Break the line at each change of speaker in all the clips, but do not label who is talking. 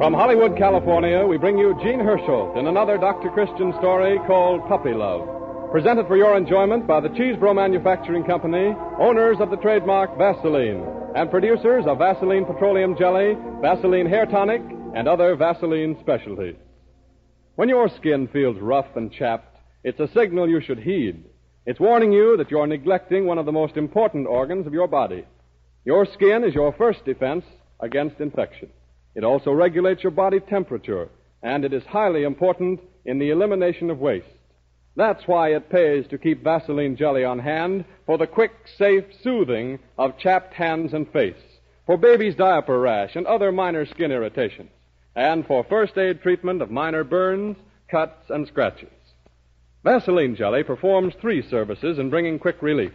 Hollywood, California, we bring you Gene Herschel in another Dr. Christian story called Puppy Love. Presented for your enjoyment by the Cheesebro Manufacturing Company, owners of the trademark Vaseline, and producers of Vaseline Petroleum Jelly, Vaseline Hair Tonic, and other Vaseline specialties. When your skin feels rough and chapped, it's a signal you should heed. It's warning you that you're neglecting one of the most important organs of your body. Your skin is your first defense against infection. It also regulates your body temperature, and it is highly important in the elimination of waste. That's why it pays to keep Vaseline jelly on hand for the quick, safe soothing of chapped hands and face, for baby's diaper rash and other minor skin irritations, and for first aid treatment of minor burns, cuts, and scratches. Vaseline jelly performs three services in bringing quick relief.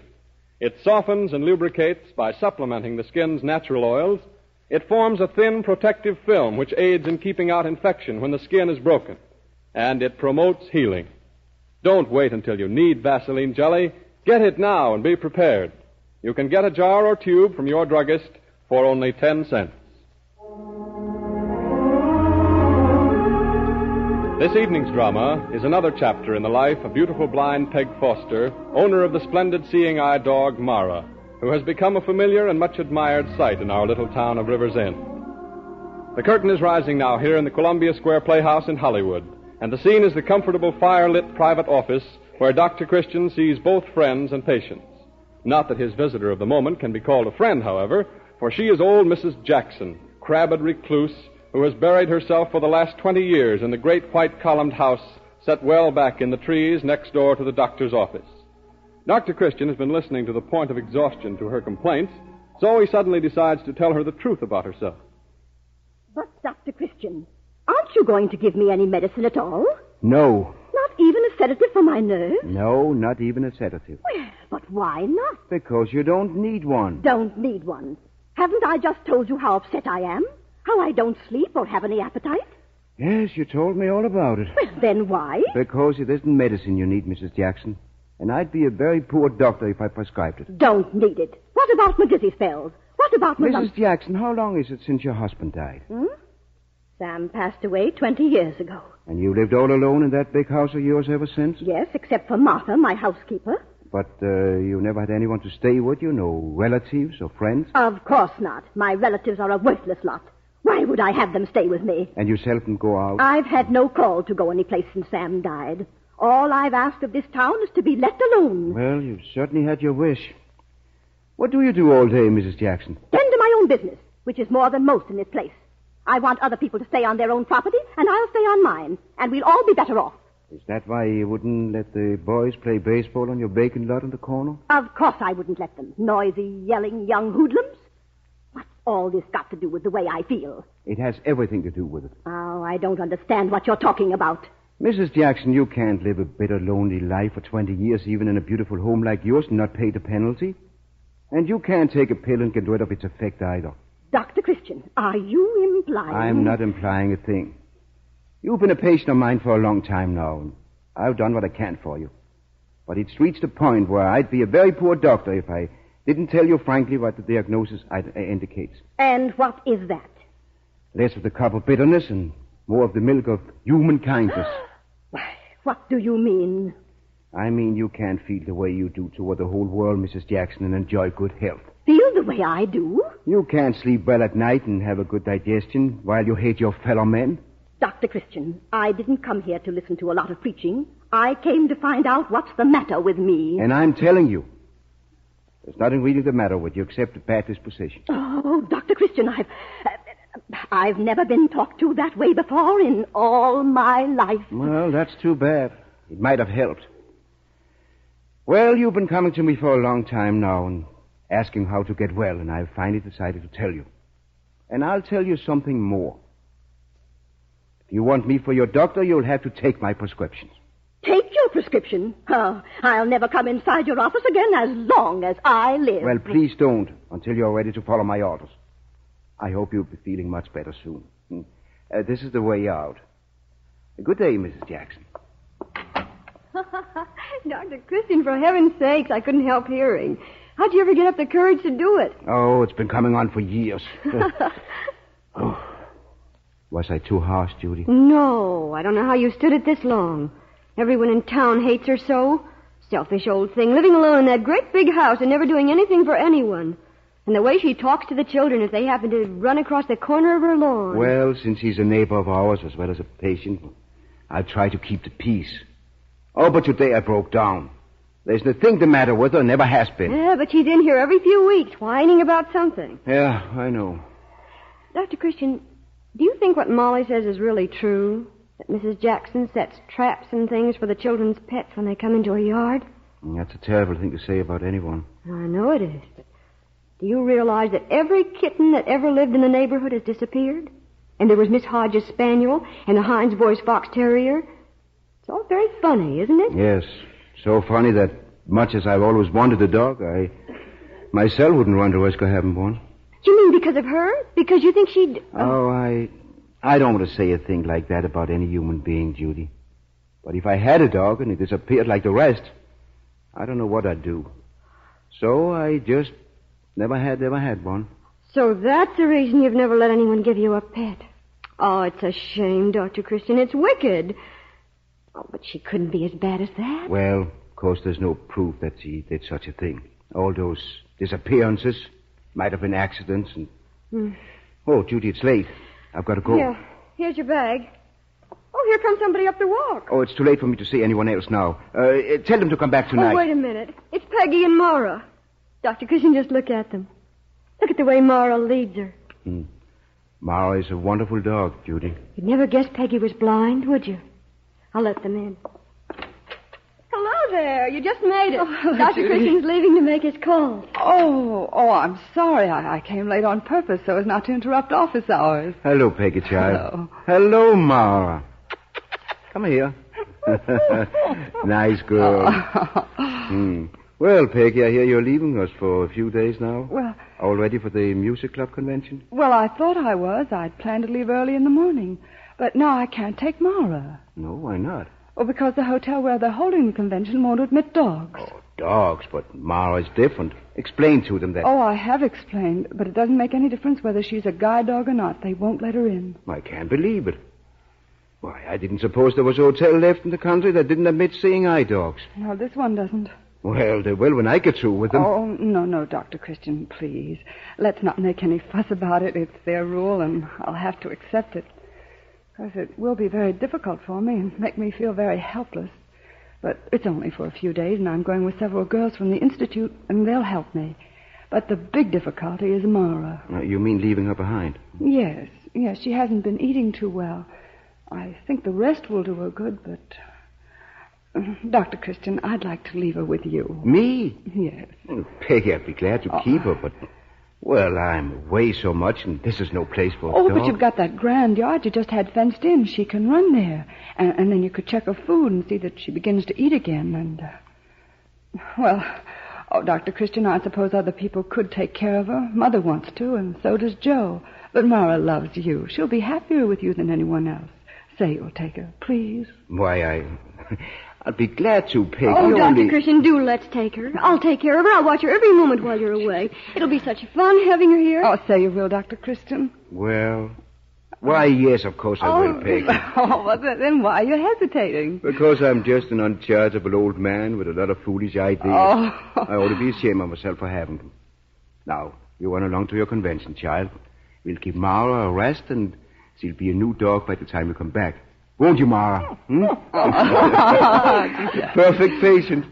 It softens and lubricates by supplementing the skin's natural oils. It forms a thin protective film which aids in keeping out infection when the skin is broken, and it promotes healing. Don't wait until you need Vaseline jelly. Get it now and be prepared. You can get a jar or tube from your druggist for only 10 cents. This evening's drama is another chapter in the life of beautiful blind Peg Foster, owner of the splendid seeing eye dog Mara, who has become a familiar and much admired sight in our little town of River's End. The curtain is rising now here in the Columbia Square Playhouse in Hollywood, and the scene is the comfortable fire lit private office where Dr. Christian sees both friends and patients. Not that his visitor of the moment can be called a friend, however, for she is old Mrs. Jackson, crabbed recluse who has buried herself for the last 20 years in the great white columned house set well back in the trees next door to the doctor's office. Dr. Christian has been listening to the point of exhaustion to her complaints, so he suddenly decides to tell her the truth about herself.
But, Dr. Christian, aren't you going to give me any medicine at all?
No,
Not even a sedative for my nerves?
no, not even a sedative.
Well, but why not?
Because you don't need one.
Don't need one. Haven't I just told you how upset I am? How I don't sleep or have any appetite?
Yes, you told me all about it.
Well, then why?
Because it isn't medicine you need, Mrs. Jackson. And I'd be a very poor doctor if I prescribed it.
Don't need it. What about my dizzy spells? What about my...
Mrs. Jackson, how long is it since your husband died?
Hmm? Sam passed away 20 years ago.
And you lived all alone in that big house of yours ever since?
Yes, except for Martha, my housekeeper.
But uh, you never had anyone to stay with you? No relatives or friends?
Of course not. My relatives are a worthless lot. Why would I have them stay with me?
And you seldom go out?
I've had no call to go anyplace since Sam died. All I've asked of this town is to be let alone.
Well, you've certainly had your wish. What do you do all day, Mrs. Jackson?
Tend to my own business, which is more than most in this place. I want other people to stay on their own property, and I'll stay on mine, and we'll all be better off.
Is that why you wouldn't let the boys play baseball on your bacon lot in the corner?
Of course I wouldn't let them. Noisy, yelling young hoodlums. What's all this got to do with the way I feel?
It has everything to do with it.
Oh, I don't understand what you're talking about.
Mrs. Jackson, you can't live a bitter, lonely life for 20 years, even in a beautiful home like yours, and not pay the penalty. And you can't take a pill and get rid of its effect either.
Dr. Christian, are you implying...
I'm not implying a thing. You've been a patient of mine for a long time now, and I've done what I can for you. But it's reached a point where I'd be a very poor doctor if I didn't tell you frankly what the diagnosis uh, I- I- indicates.
And what is that?
Less of the cup of bitterness and more of the milk of human kindness.
Why, what do you mean?
I mean, you can't feel the way you do toward the whole world, Mrs. Jackson, and enjoy good health.
Feel the way I do?
You can't sleep well at night and have a good digestion while you hate your fellow men.
Dr. Christian, I didn't come here to listen to a lot of preaching. I came to find out what's the matter with me.
And I'm telling you, there's nothing really the matter with you except a bad disposition.
Oh, Dr. Christian, I've. uh, I've never been talked to that way before in all my life.
Well, that's too bad. It might have helped. Well, you've been coming to me for a long time now and asking how to get well, and I've finally decided to tell you. And I'll tell you something more. If you want me for your doctor, you'll have to take my prescriptions.
Take your prescription. Oh, I'll never come inside your office again as long as I live.
Well, please don't until you're ready to follow my orders. I hope you'll be feeling much better soon. Hmm. Uh, this is the way out. Good day, Mrs. Jackson.
Dr. Christian, for heaven's sakes, I couldn't help hearing. How'd you ever get up the courage to do it?
Oh, it's been coming on for years. oh. Was I too harsh, Judy?
No, I don't know how you stood it this long. Everyone in town hates her so. Selfish old thing, living alone in that great big house and never doing anything for anyone. And the way she talks to the children if they happen to run across the corner of her lawn.
Well, since he's a neighbor of ours as well as a patient, I'll try to keep the peace. Oh, but today I broke down. There's nothing the matter with her, never has been.
Yeah, but she's in here every few weeks whining about something.
Yeah, I know.
Dr. Christian, do you think what Molly says is really true? That Mrs. Jackson sets traps and things for the children's pets when they come into her yard?
That's a terrible thing to say about anyone.
I know it is, but do you realize that every kitten that ever lived in the neighborhood has disappeared? And there was Miss Hodges' spaniel and the Heinz boy's fox terrier. It's all very funny, isn't it?
Yes, so funny that much as I've always wanted a dog, I myself wouldn't want to risk her having one.
You mean because of her? Because you think she'd.
Oh, I, I don't want to say a thing like that about any human being, Judy. But if I had a dog and it disappeared like the rest, I don't know what I'd do. So I just never had, never had one.
So that's the reason you've never let anyone give you a pet. Oh, it's a shame, Dr. Christian. It's wicked. Oh, but she couldn't be as bad as that.
Well, of course, there's no proof that she did such a thing. All those disappearances might have been accidents and. Oh, Judy, it's late. I've got to go.
Here, here's your bag. Oh, here comes somebody up the walk.
Oh, it's too late for me to see anyone else now. Uh, uh, tell them to come back tonight.
Oh, wait a minute. It's Peggy and Mara. Dr. Christian, just look at them. Look at the way Mara leads her.
Mara Hmm. is a wonderful dog, Judy.
You'd never guess Peggy was blind, would you? I'll let them in. Hello there. You just made it. Dr. Christian's leaving to make his calls.
Oh, oh, I'm sorry. I, I came late on purpose so as not to interrupt office hours.
Hello, Peggy child. Hello. Hello, Mara. Come here. Oh. nice girl. Hmm. Well, Peggy, I hear you're leaving us for a few days now.
Well-
all ready for the music club convention?
Well, I thought I was. I'd planned to leave early in the morning. But now I can't take Mara.
No, why not?
Well, because the hotel where they're holding the convention won't admit dogs.
Oh, dogs, but Mara is different. Explain to them that.
Oh, I have explained, but it doesn't make any difference whether she's a guide dog or not. They won't let her in.
I can't believe it. Why, I didn't suppose there was a hotel left in the country that didn't admit seeing eye dogs.
No, this one doesn't.
Well, they will when I get through with them.
Oh, no, no, Dr. Christian, please. Let's not make any fuss about it. It's their rule, and I'll have to accept it. Because it will be very difficult for me and make me feel very helpless. But it's only for a few days, and I'm going with several girls from the Institute, and they'll help me. But the big difficulty is Mara.
Uh, You mean leaving her behind?
Yes, yes, she hasn't been eating too well. I think the rest will do her good, but. Dr. Christian, I'd like to leave her with you.
Me?
Yes.
Well, Peggy, I'd be glad
Oh.
to keep her, but. Well, I'm away so much, and this is no place for a
Oh,
dog.
but you've got that grand yard you just had fenced in. She can run there. And, and then you could check her food and see that she begins to eat again. And, uh, well, oh, Dr. Christian, I suppose other people could take care of her. Mother wants to, and so does Joe. But Mara loves you. She'll be happier with you than anyone else. Say you'll take her, please.
Why, I. I'd be glad to, Peggy.
Oh,
only...
Dr. Christian, do let's take her. I'll take care of her. I'll watch her every moment while you're away. It'll be such fun having her here.
Oh, say you will, Dr. Christian.
Well. Why, yes, of course I will, Peggy.
oh, well, then- then why are you hesitating?
Because I'm just an uncharitable old man with a lot of foolish ideas.
Oh.
I ought to be ashamed of myself for having them. Now, you run along to your convention, child. We'll give Mara a rest, and she'll be a new dog by the time you come back. Won't you, Mara? Hmm?
oh,
Perfect patient.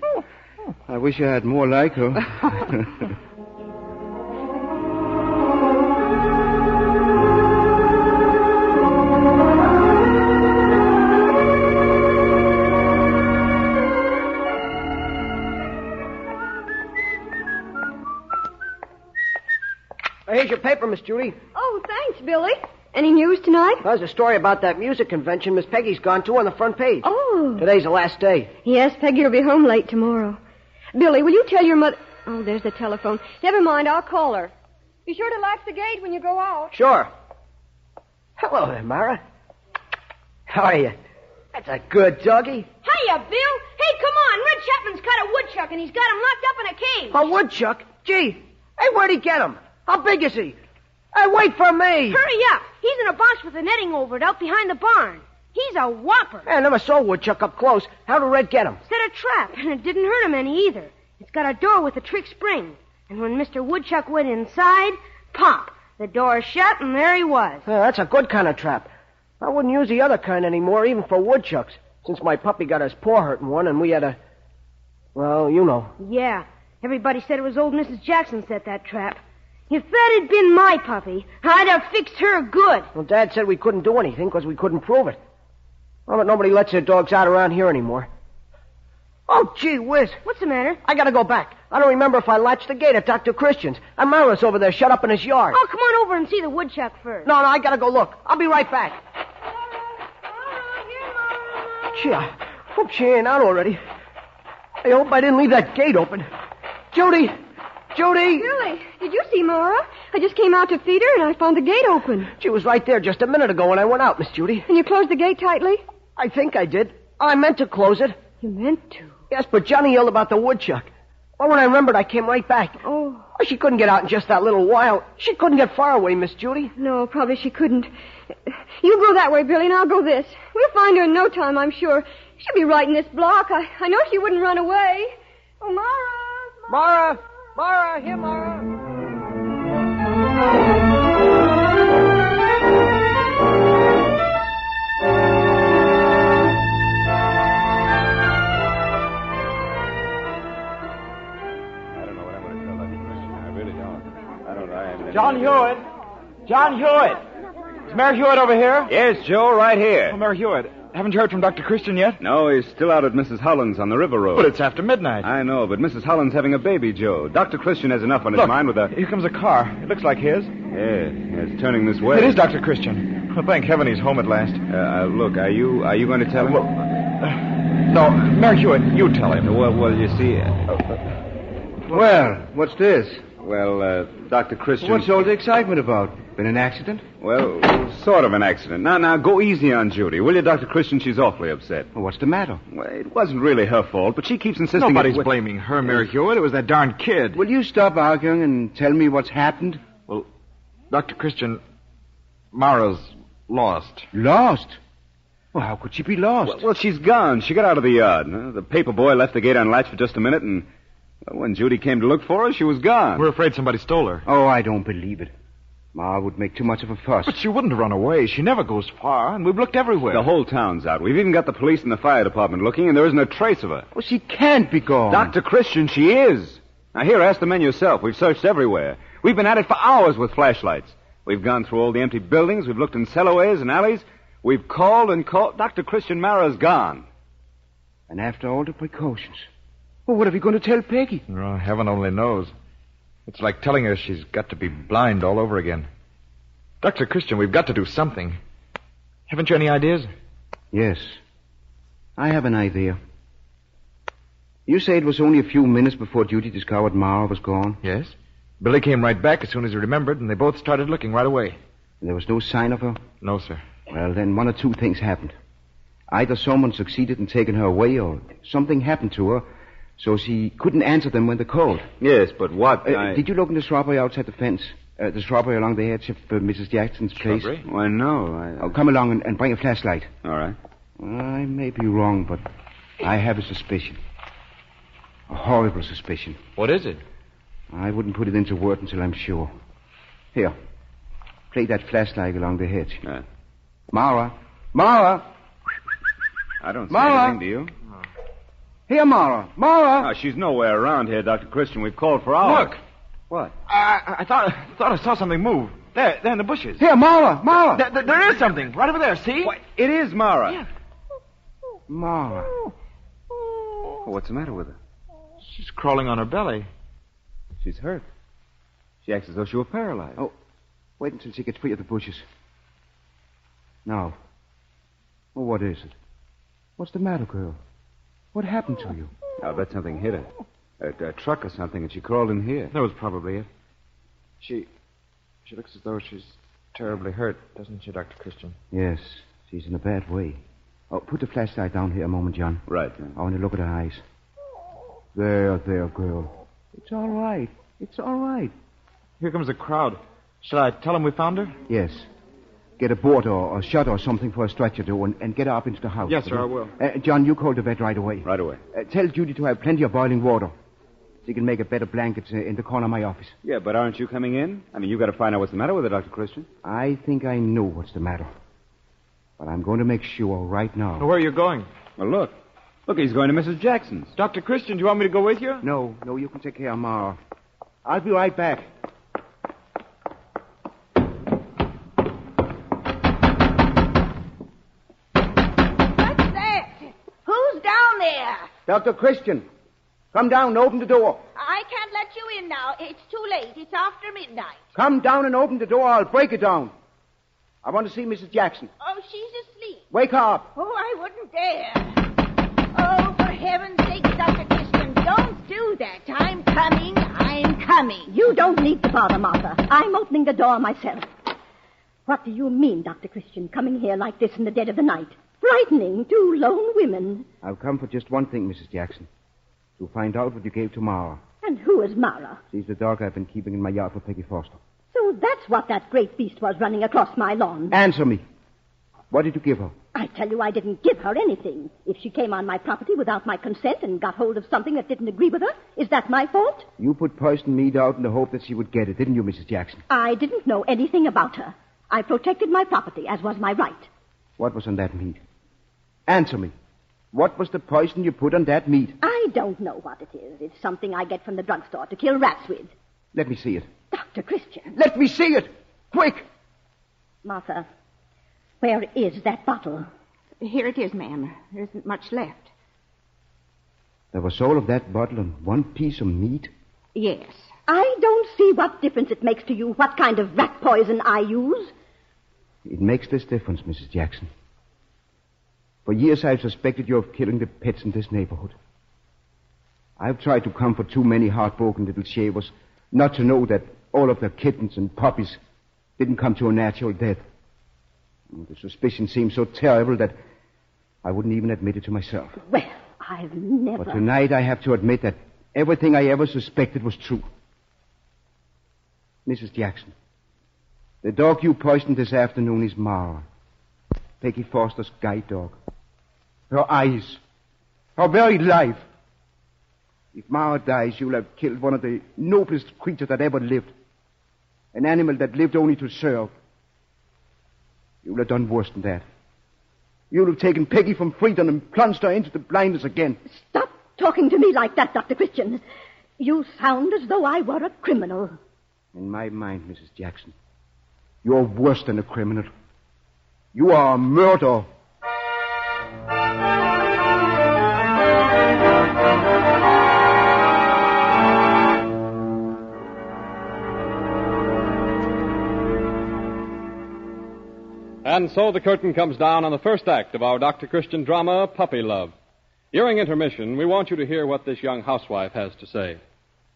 I wish I had more like her.
Here's your paper, Miss Judy.
Oh, thanks, Billy. Any news tonight?
There's a story about that music convention Miss Peggy's gone to on the front page.
Oh.
Today's the last day.
Yes, Peggy will be home late tomorrow. Billy, will you tell your mother? Oh, there's the telephone. Never mind, I'll call her. Be sure to lock the gate when you go out.
Sure. Hello there, Mara. How are you? That's a good doggy.
Hiya, Bill. Hey, come on. Red Chapman's caught a woodchuck, and he's got him locked up in a cage.
A woodchuck? Gee. Hey, where'd he get him? How big is he? Hey, wait for me.
Hurry up.
He's in a box with the netting over it out behind the barn. He's a whopper.
Man, never saw woodchuck up close. How did Red get him?
Set a trap, and it didn't hurt him any either. It's got a door with a trick spring. And when Mr. Woodchuck went inside, pop, the door shut, and there he was.
Yeah, that's a good kind of trap. I wouldn't use the other kind anymore, even for woodchucks, since my puppy got his paw hurt in one and we had a. Well, you know.
Yeah, everybody said it was old Mrs. Jackson set that trap. If that had been my puppy, I'd have fixed her good.
Well, Dad said we couldn't do anything because we couldn't prove it. Well, but nobody lets their dogs out around here anymore. Oh, gee whiz.
What's the matter?
I gotta go back. I don't remember if I latched the gate at Dr. Christian's. Amara's over there shut up in his yard.
Oh, come on over and see the woodchuck first.
No, no, I gotta go look. I'll be right back. Gee, I hope she ain't out already. I hope I didn't leave that gate open. Judy! Judy!
Billy, did you see Mara? I just came out to feed her, and I found the gate open.
She was right there just a minute ago when I went out, Miss Judy.
And you closed the gate tightly?
I think I did. I meant to close it.
You meant to.
Yes, but Johnny yelled about the woodchuck. Well, when I remembered, I came right back.
Oh.
Oh, she couldn't get out in just that little while. She couldn't get far away, Miss Judy.
No, probably she couldn't. You go that way, Billy, and I'll go this. We'll find her in no time, I'm sure. She'll be right in this block. I, I know she wouldn't run away. Oh, Mara! Mara.
Mara! Mara! Here, Mara!
I don't know what I'm going to tell that commission. I really don't. I don't know. I haven't
John Hewitt. John Hewitt. Is Mayor Hewitt over here?
Yes, Joe, right here.
Oh, Mayor Hewitt. Haven't you heard from Dr. Christian yet?
No, he's still out at Mrs. Holland's on the River Road.
But it's after midnight.
I know, but Mrs. Holland's having a baby, Joe. Dr. Christian has enough on his
Look,
mind with a.
here comes a car. It looks like his.
Yeah, it's turning this way.
It is Dr. Christian. Well, thank heaven he's home at last.
Uh, uh, look, are you are you going to tell him?
Well, uh, no, Mayor Hewitt, you tell him.
well, well, you see. uh,
uh, Well, what's this?
well, uh, Dr. Christian.
What's all the excitement about? Been an accident?
Well, sort of an accident. Now, now, go easy on Judy, will you, Dr. Christian? She's awfully upset.
Well, what's the matter?
Well, it wasn't really her fault, but she keeps insisting. it
Nobody's
wa-
blaming her, Mayor Hewitt. It was that darn kid.
Will you stop arguing and tell me what's happened?
Well, Dr. Christian, Mara's lost.
Lost? Well, how could she be lost?
Well, well, she's gone. She got out of the yard. Uh, The paper boy left the gate unlatched for just a minute, and well, when Judy came to look for her, she was gone.
We're afraid somebody stole her.
Oh, I don't believe it. Ma would make too much of a fuss.
But she wouldn't run away. She never goes far, and we've looked everywhere.
The whole town's out. We've even got the police and the fire department looking, and there isn't a trace of her.
Oh, she can't be gone.
Dr. Christian, she is. Now, here, ask the men yourself. We've searched everywhere. We've been at it for hours with flashlights. We've gone through all the empty buildings. We've looked in cellarways and alleys. We've called and called. Dr. Christian Mara's gone.
And after all the precautions. Well, what are we going to tell Peggy?
Oh, heaven only knows. It's like telling her she's got to be blind all over again. Dr. Christian, we've got to do something. Haven't you any ideas?
Yes. I have an idea. You say it was only a few minutes before Judy discovered Mara was gone,
Yes. Billy came right back as soon as he remembered, and they both started looking right away.
and there was no sign of her?
No, sir.
Well, then one or two things happened. Either someone succeeded in taking her away, or something happened to her, so she couldn't answer them when they called.
Yes, but what?
Uh, Did you look in the shrubbery outside the fence? Uh, the shrubbery along the edge of uh, Mrs. Jackson's place?
Shrubbery?
Why, no. I...
Oh, come along and, and bring a flashlight.
All right.
I may be wrong, but I have a suspicion. A horrible suspicion.
What is it?
I wouldn't put it into word until I'm sure. Here, play that flashlight along the hedge.
Uh,
Mara! Mara!
I don't see
Mara!
anything, do you?
Here, Mara! Mara!
Oh, she's nowhere around here, Dr. Christian. We've called for hours.
Look!
What?
I, I thought, I thought I saw something move. There, there in the bushes.
Here, Mara! Mara!
There- there- there is something right over there, see?
Why, it is Mara.
Mara.
Oh, what's the matter with her?
She's crawling on her belly.
She's hurt. She acts as though she were paralyzed.
Oh, wait until she gets free of the bushes. Now. Well, what is it? What's the matter, girl? What happened to you?
I'll bet something hit her. A, a truck or something, and she crawled in here.
That was probably it. She, she looks as though she's terribly hurt, doesn't she, Doctor Christian?
Yes, she's in a bad way. Oh, put the flashlight down here a moment, John.
Right.
I want to look at her eyes. There, there, girl. It's all right. It's all right.
Here comes a crowd. Shall I tell them we found her?
Yes. Get a board or a shut or something for a stretcher to and, and get up into the house.
Yes, sir,
will you?
I will.
Uh, John, you call the bed right away.
Right away.
Uh, tell Judy to have plenty of boiling water. She can make a bed of blankets uh, in the corner of my office.
Yeah, but aren't you coming in? I mean, you've got to find out what's the matter with it, Dr. Christian.
I think I know what's the matter. But I'm going to make sure right now.
Where are you going? Well, look. Look, he's going to Mrs. Jackson's. Dr. Christian, do you want me to go with you?
No, no, you can take care of Ma. I'll be right back.
What's that? Who's down there?
Dr. Christian, come down and open the door.
I can't let you in now. It's too late. It's after midnight.
Come down and open the door. I'll break it down. I want to see Mrs. Jackson.
Oh, she's asleep.
Wake her up.
Oh, I wouldn't dare. Oh, for heaven's sake, Dr. Christian, don't do that. I'm coming. I'm coming.
You don't need to bother, Martha. I'm opening the door myself. What do you mean, Dr. Christian, coming here like this in the dead of the night? Frightening two lone women.
I've come for just one thing, Mrs. Jackson. To find out what you gave to Mara.
And who is Mara?
She's the dog I've been keeping in my yard for Peggy Foster.
So that's what that great beast was running across my lawn.
Answer me. What did you give her?
I tell you, I didn't give her anything. If she came on my property without my consent and got hold of something that didn't agree with her, is that my fault?
You put poison meat out in the hope that she would get it, didn't you, Mrs. Jackson?
I didn't know anything about her. I protected my property, as was my right.
What was on that meat? Answer me. What was the poison you put on that meat?
I don't know what it is. It's something I get from the drugstore to kill rats with.
Let me see it.
Dr. Christian.
Let me see it! Quick!
Martha, where is that bottle?
Here it is, ma'am. There isn't much left.
There was all of that bottle and one piece of meat.
Yes.
I don't see what difference it makes to you what kind of rat poison I use.
It makes this difference, Mrs. Jackson. For years I've suspected you of killing the pets in this neighborhood. I've tried to comfort too many heartbroken little shavers not to know that all of their kittens and puppies didn't come to a natural death. And the suspicion seemed so terrible that I wouldn't even admit it to myself.
Well, I've never.
But tonight I have to admit that everything I ever suspected was true. Mrs. Jackson, the dog you poisoned this afternoon is Mara, Peggy Foster's guide dog. Her eyes, her very life. If Mara dies, you'll have killed one of the noblest creatures that ever lived. An animal that lived only to serve. You'll have done worse than that. You'll have taken Peggy from freedom and plunged her into the blindness again.
Stop talking to me like that, Dr. Christian. You sound as though I were a criminal.
In my mind, Mrs. Jackson, you're worse than a criminal. You are a murderer.
And so the curtain comes down on the first act of our Dr. Christian drama, Puppy Love. During intermission, we want you to hear what this young housewife has to say.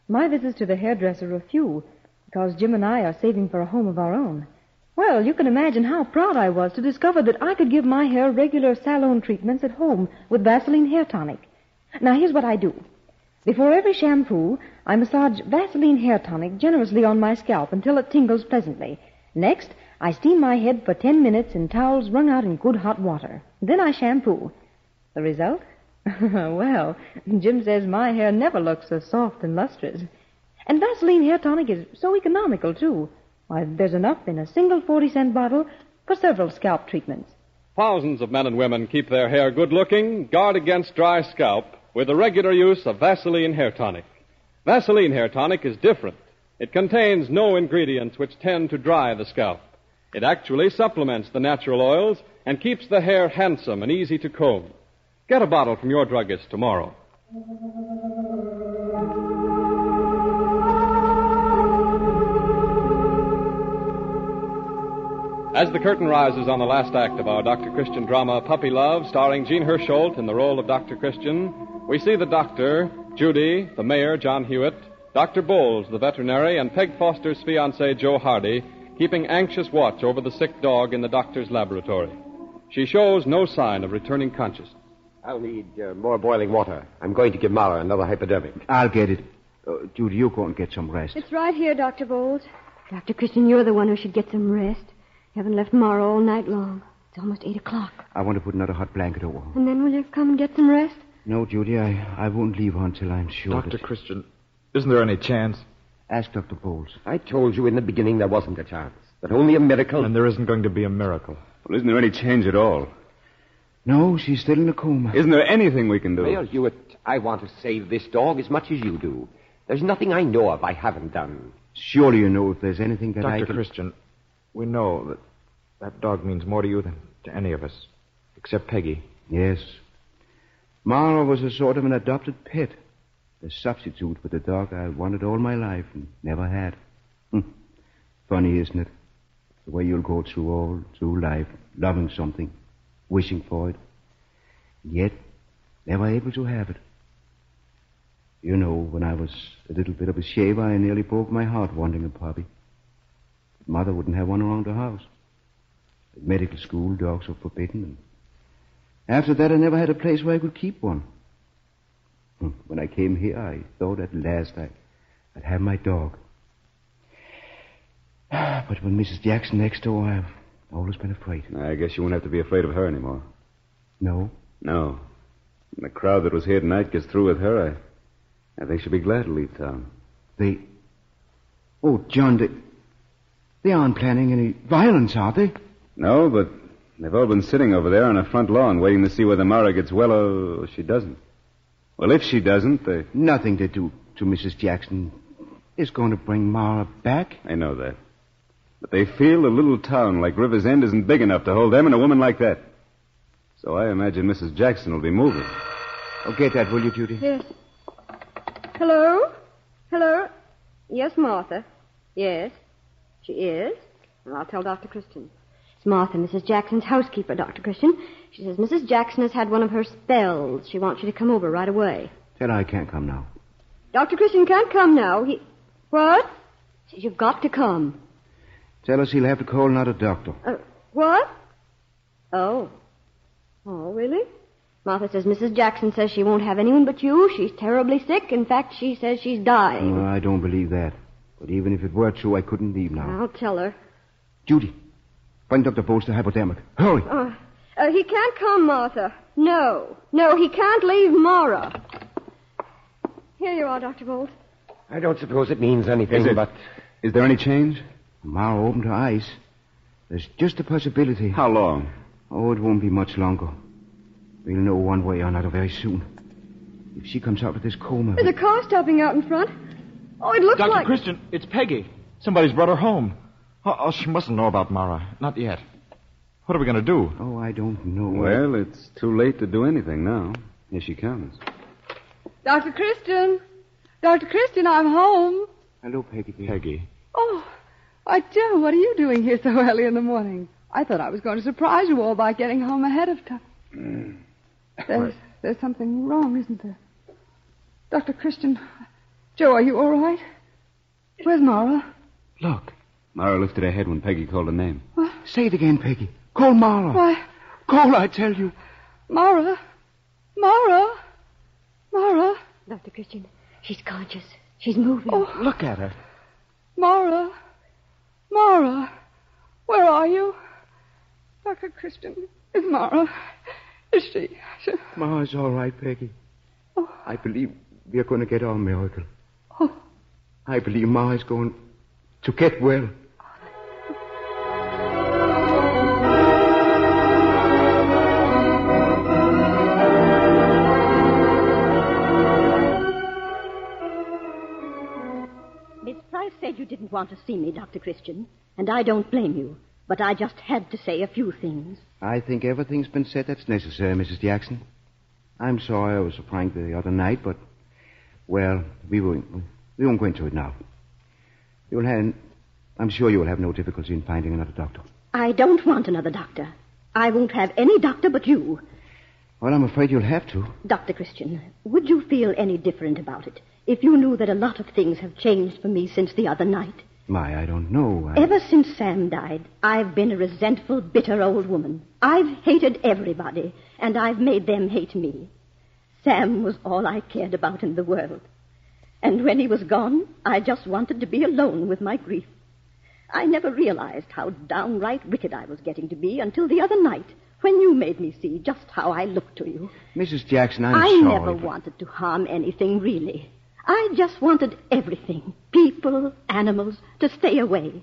My visits to the hairdresser are few, because Jim and I are saving for a home of our own. Well, you can imagine how proud I was to discover that I could give my hair regular salon treatments at home with Vaseline hair tonic. Now, here's what I do. Before every shampoo, I massage Vaseline hair tonic generously on my scalp until it tingles pleasantly. Next, I steam my head for ten minutes in towels wrung out in good hot water. Then I shampoo. The result? well, Jim says my hair never looks so soft and lustrous. And Vaseline hair tonic is so economical, too. Why, there's enough in a single 40 cent bottle for several scalp treatments.
Thousands of men and women keep their hair good looking, guard against dry scalp, with the regular use of Vaseline hair tonic. Vaseline hair tonic is different. It contains no ingredients which tend to dry the scalp. It actually supplements the natural oils and keeps the hair handsome and easy to comb. Get a bottle from your druggist tomorrow. As the curtain rises on the last act of our Dr. Christian drama, Puppy Love, starring Gene Hersholt in the role of Dr. Christian, we see the doctor, Judy, the mayor, John Hewitt, Dr. Bowles, the veterinary, and Peg Foster's fiancee, Joe Hardy, keeping anxious watch over the sick dog in the doctor's laboratory. She shows no sign of returning consciousness.
I'll need uh, more boiling water. I'm going to give Mara another hypodermic.
I'll get it. Uh, Judy, you go and get some rest.
It's right here, Dr. Bowles. Dr. Christian, you're the one who should get some rest. Haven't left Mara all night long. It's almost eight o'clock.
I want to put another hot blanket over her.
And then will you come and get some rest?
No, Judy, I, I won't leave her until I'm sure.
Dr. Christian, isn't there any chance?
Ask Dr. Bowles.
I told you in the beginning there wasn't a chance. That only a miracle.
And there isn't going to be a miracle.
Well, isn't there any change at all?
No, she's still in a coma.
Isn't there anything we can do?
Mayor Hewitt, I want to save this dog as much as you do. There's nothing I know of I haven't done.
Surely you know if there's anything that I
Dr.
can...
Christian, we know that that dog means more to you than to any of us, except Peggy.
Yes. Mara was a sort of an adopted pet, a substitute for the dog I wanted all my life and never had. Hmm. Funny, isn't it? The way you'll go through all through life, loving something, wishing for it, and yet never able to have it. You know, when I was a little bit of a shaver, I nearly broke my heart wanting a puppy. Mother wouldn't have one around the house. At medical school, dogs were forbidden, and after that, I never had a place where I could keep one. Hmm, When I came here, I thought at last I, I'd have my dog. But with Mrs. Jackson next door, I've always been afraid.
I guess you won't have to be afraid of her anymore.
No?
No. When the crowd that was here tonight gets through with her, I, I think she'll be glad to leave town.
They. Oh, John, they. They aren't planning any violence, are they?
No, but they've all been sitting over there on a front lawn waiting to see whether Mara gets well or she doesn't. Well, if she doesn't, they.
Nothing they do to Mrs. Jackson is going to bring Mara back.
I know that. But they feel a little town like River's End isn't big enough to hold them and a woman like that. So I imagine Mrs. Jackson will be moving.
Oh, get that, will you, Judy?
Yes. Hello? Hello? Yes, Martha. Yes. She is? Well, I'll tell Dr. Christian. It's Martha, Mrs. Jackson's housekeeper, Dr. Christian. She says Mrs. Jackson has had one of her spells. She wants you to come over right away.
Tell her I can't come now.
Dr. Christian can't come now. He. What? Says you've got to come.
Tell us he'll have to call another doctor.
Uh, what? Oh. Oh, really? Martha says Mrs. Jackson says she won't have anyone but you. She's terribly sick. In fact, she says she's dying.
Oh, I don't believe that. But even if it were true, I couldn't leave now.
I'll tell her.
Judy, find Dr. Bowles the hypodermic. Hurry.
Uh, uh, he can't come, Martha. No. No, he can't leave Mara. Here you are, Dr. Bolt.
I don't suppose it means anything,
Is it-
but
Is there any change?
Mara opened her eyes. There's just a possibility.
How long?
Oh, it won't be much longer. We'll know one way or another very soon. If she comes out of this coma.
There's a car stopping out in front. Oh, it looks
Dr.
like.
Christian, it's Peggy. Somebody's brought her home. Oh, oh, she mustn't know about Mara. Not yet. What are we going to do?
Oh, I don't know.
Well, it's too late to do anything now. Here she comes.
Dr. Christian. Dr. Christian, I'm home.
Hello, Peggy. dear.
Peggy.
Oh, why, Joe, what are you doing here so early in the morning? I thought I was going to surprise you all by getting home ahead of time. There's, there's something wrong, isn't there? Dr. Christian, Joe, are you all right? Where's Mara?
Look.
Mara lifted her head when Peggy called her name.
Say it again, Peggy. Call Mara.
Why,
Ah. Call, I tell you.
Mara? Mara? Mara?
Dr. Christian, she's conscious. She's moving.
Look at her.
Mara? Mara? Where are you? Dr. Christian, is Mara? Is she? she
Mara's all right, Peggy.
Oh.
I believe we are going to get our miracle.
oh.
I believe Mara's going to get well.
Miss Price said you didn't want to see me, Dr. Christian, and I don't blame you, but I just had to say a few things.
I think everything's been said that's necessary, Mrs. Jackson. I'm sorry I was so frank the other night, but, well, we won't, we won't go into it now. You'll have, I'm sure you'll have no difficulty in finding another doctor.
I don't want another doctor. I won't have any doctor but you.
Well, I'm afraid you'll have to.
Dr. Christian, would you feel any different about it if you knew that a lot of things have changed for me since the other night?
My, I don't know. I...
Ever since Sam died, I've been a resentful, bitter old woman. I've hated everybody, and I've made them hate me. Sam was all I cared about in the world. And when he was gone, I just wanted to be alone with my grief. I never realized how downright wicked I was getting to be until the other night when you made me see just how I looked to you.
Mrs. Jackson, I'm
I
sorry.
never
but-
wanted to harm anything, really. I just wanted everything people, animals to stay away.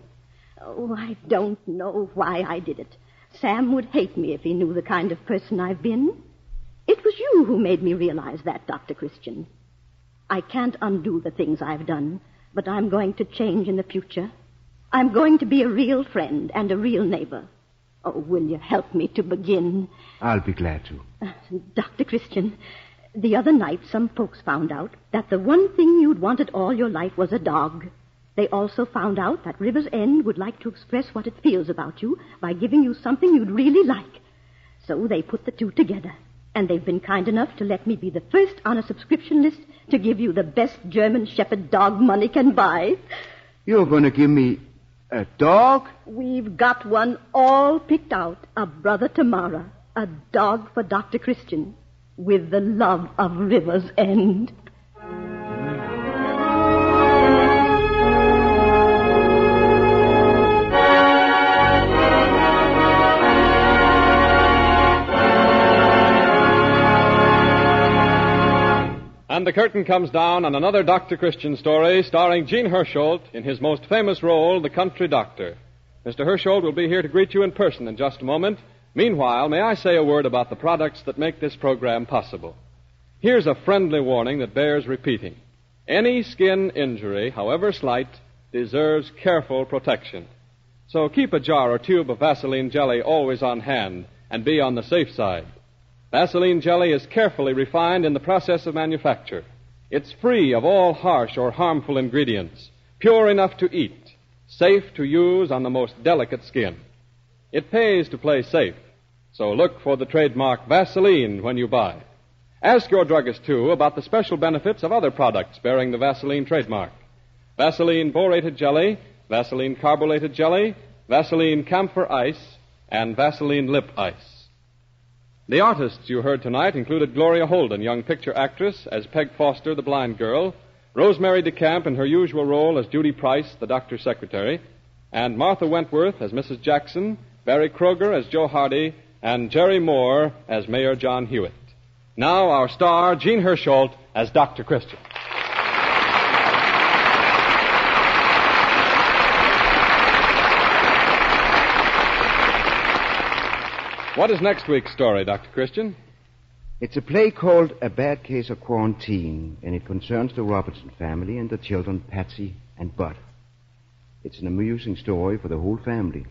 Oh, I don't know why I did it. Sam would hate me if he knew the kind of person I've been. It was you who made me realize that, Dr. Christian. I can't undo the things I've done, but I'm going to change in the future. I'm going to be a real friend and a real neighbor. Oh, will you help me to begin?
I'll be glad to.
Dr. Christian, the other night some folks found out that the one thing you'd wanted all your life was a dog. They also found out that River's End would like to express what it feels about you by giving you something you'd really like. So they put the two together, and they've been kind enough to let me be the first on a subscription list to give you the best German Shepherd dog money can buy.
You're going to give me a dog?
We've got one all picked out a brother to Mara, a dog for Dr. Christian, with the love of River's End.
And the curtain comes down on another Dr. Christian story starring Gene Hersholt in his most famous role, The Country Doctor. Mr. Hersholt will be here to greet you in person in just a moment. Meanwhile, may I say a word about the products that make this program possible? Here's a friendly warning that bears repeating. Any skin injury, however slight, deserves careful protection. So keep a jar or tube of Vaseline jelly always on hand and be on the safe side. Vaseline jelly is carefully refined in the process of manufacture. It's free of all harsh or harmful ingredients, pure enough to eat, safe to use on the most delicate skin. It pays to play safe, so look for the trademark Vaseline when you buy. Ask your druggist, too, about the special benefits of other products bearing the Vaseline trademark Vaseline borated jelly, Vaseline carbonated jelly, Vaseline camphor ice, and Vaseline lip ice. The artists you heard tonight included Gloria Holden, young picture actress, as Peg Foster, the blind girl, Rosemary DeCamp in her usual role as Judy Price, the doctor's secretary, and Martha Wentworth as Mrs. Jackson, Barry Kroger as Joe Hardy, and Jerry Moore as Mayor John Hewitt. Now our star, Gene Hersholt, as Dr. Christian. What is next week's story, Dr. Christian?
It's a play called A Bad Case of Quarantine, and it concerns the Robertson family and the children Patsy and Bud. It's an amusing story for the whole family.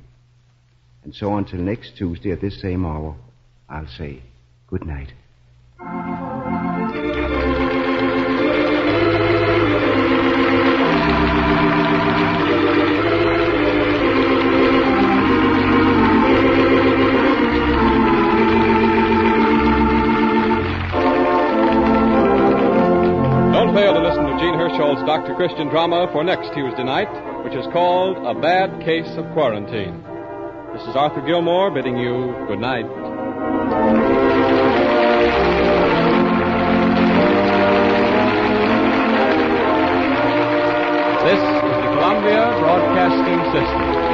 And so until next Tuesday at this same hour, I'll say good night.
Don't fail to listen to Gene Herschel's Dr. Christian drama for next Tuesday night, which is called A Bad Case of Quarantine. This is Arthur Gilmore bidding you good night. This is the Columbia Broadcasting System.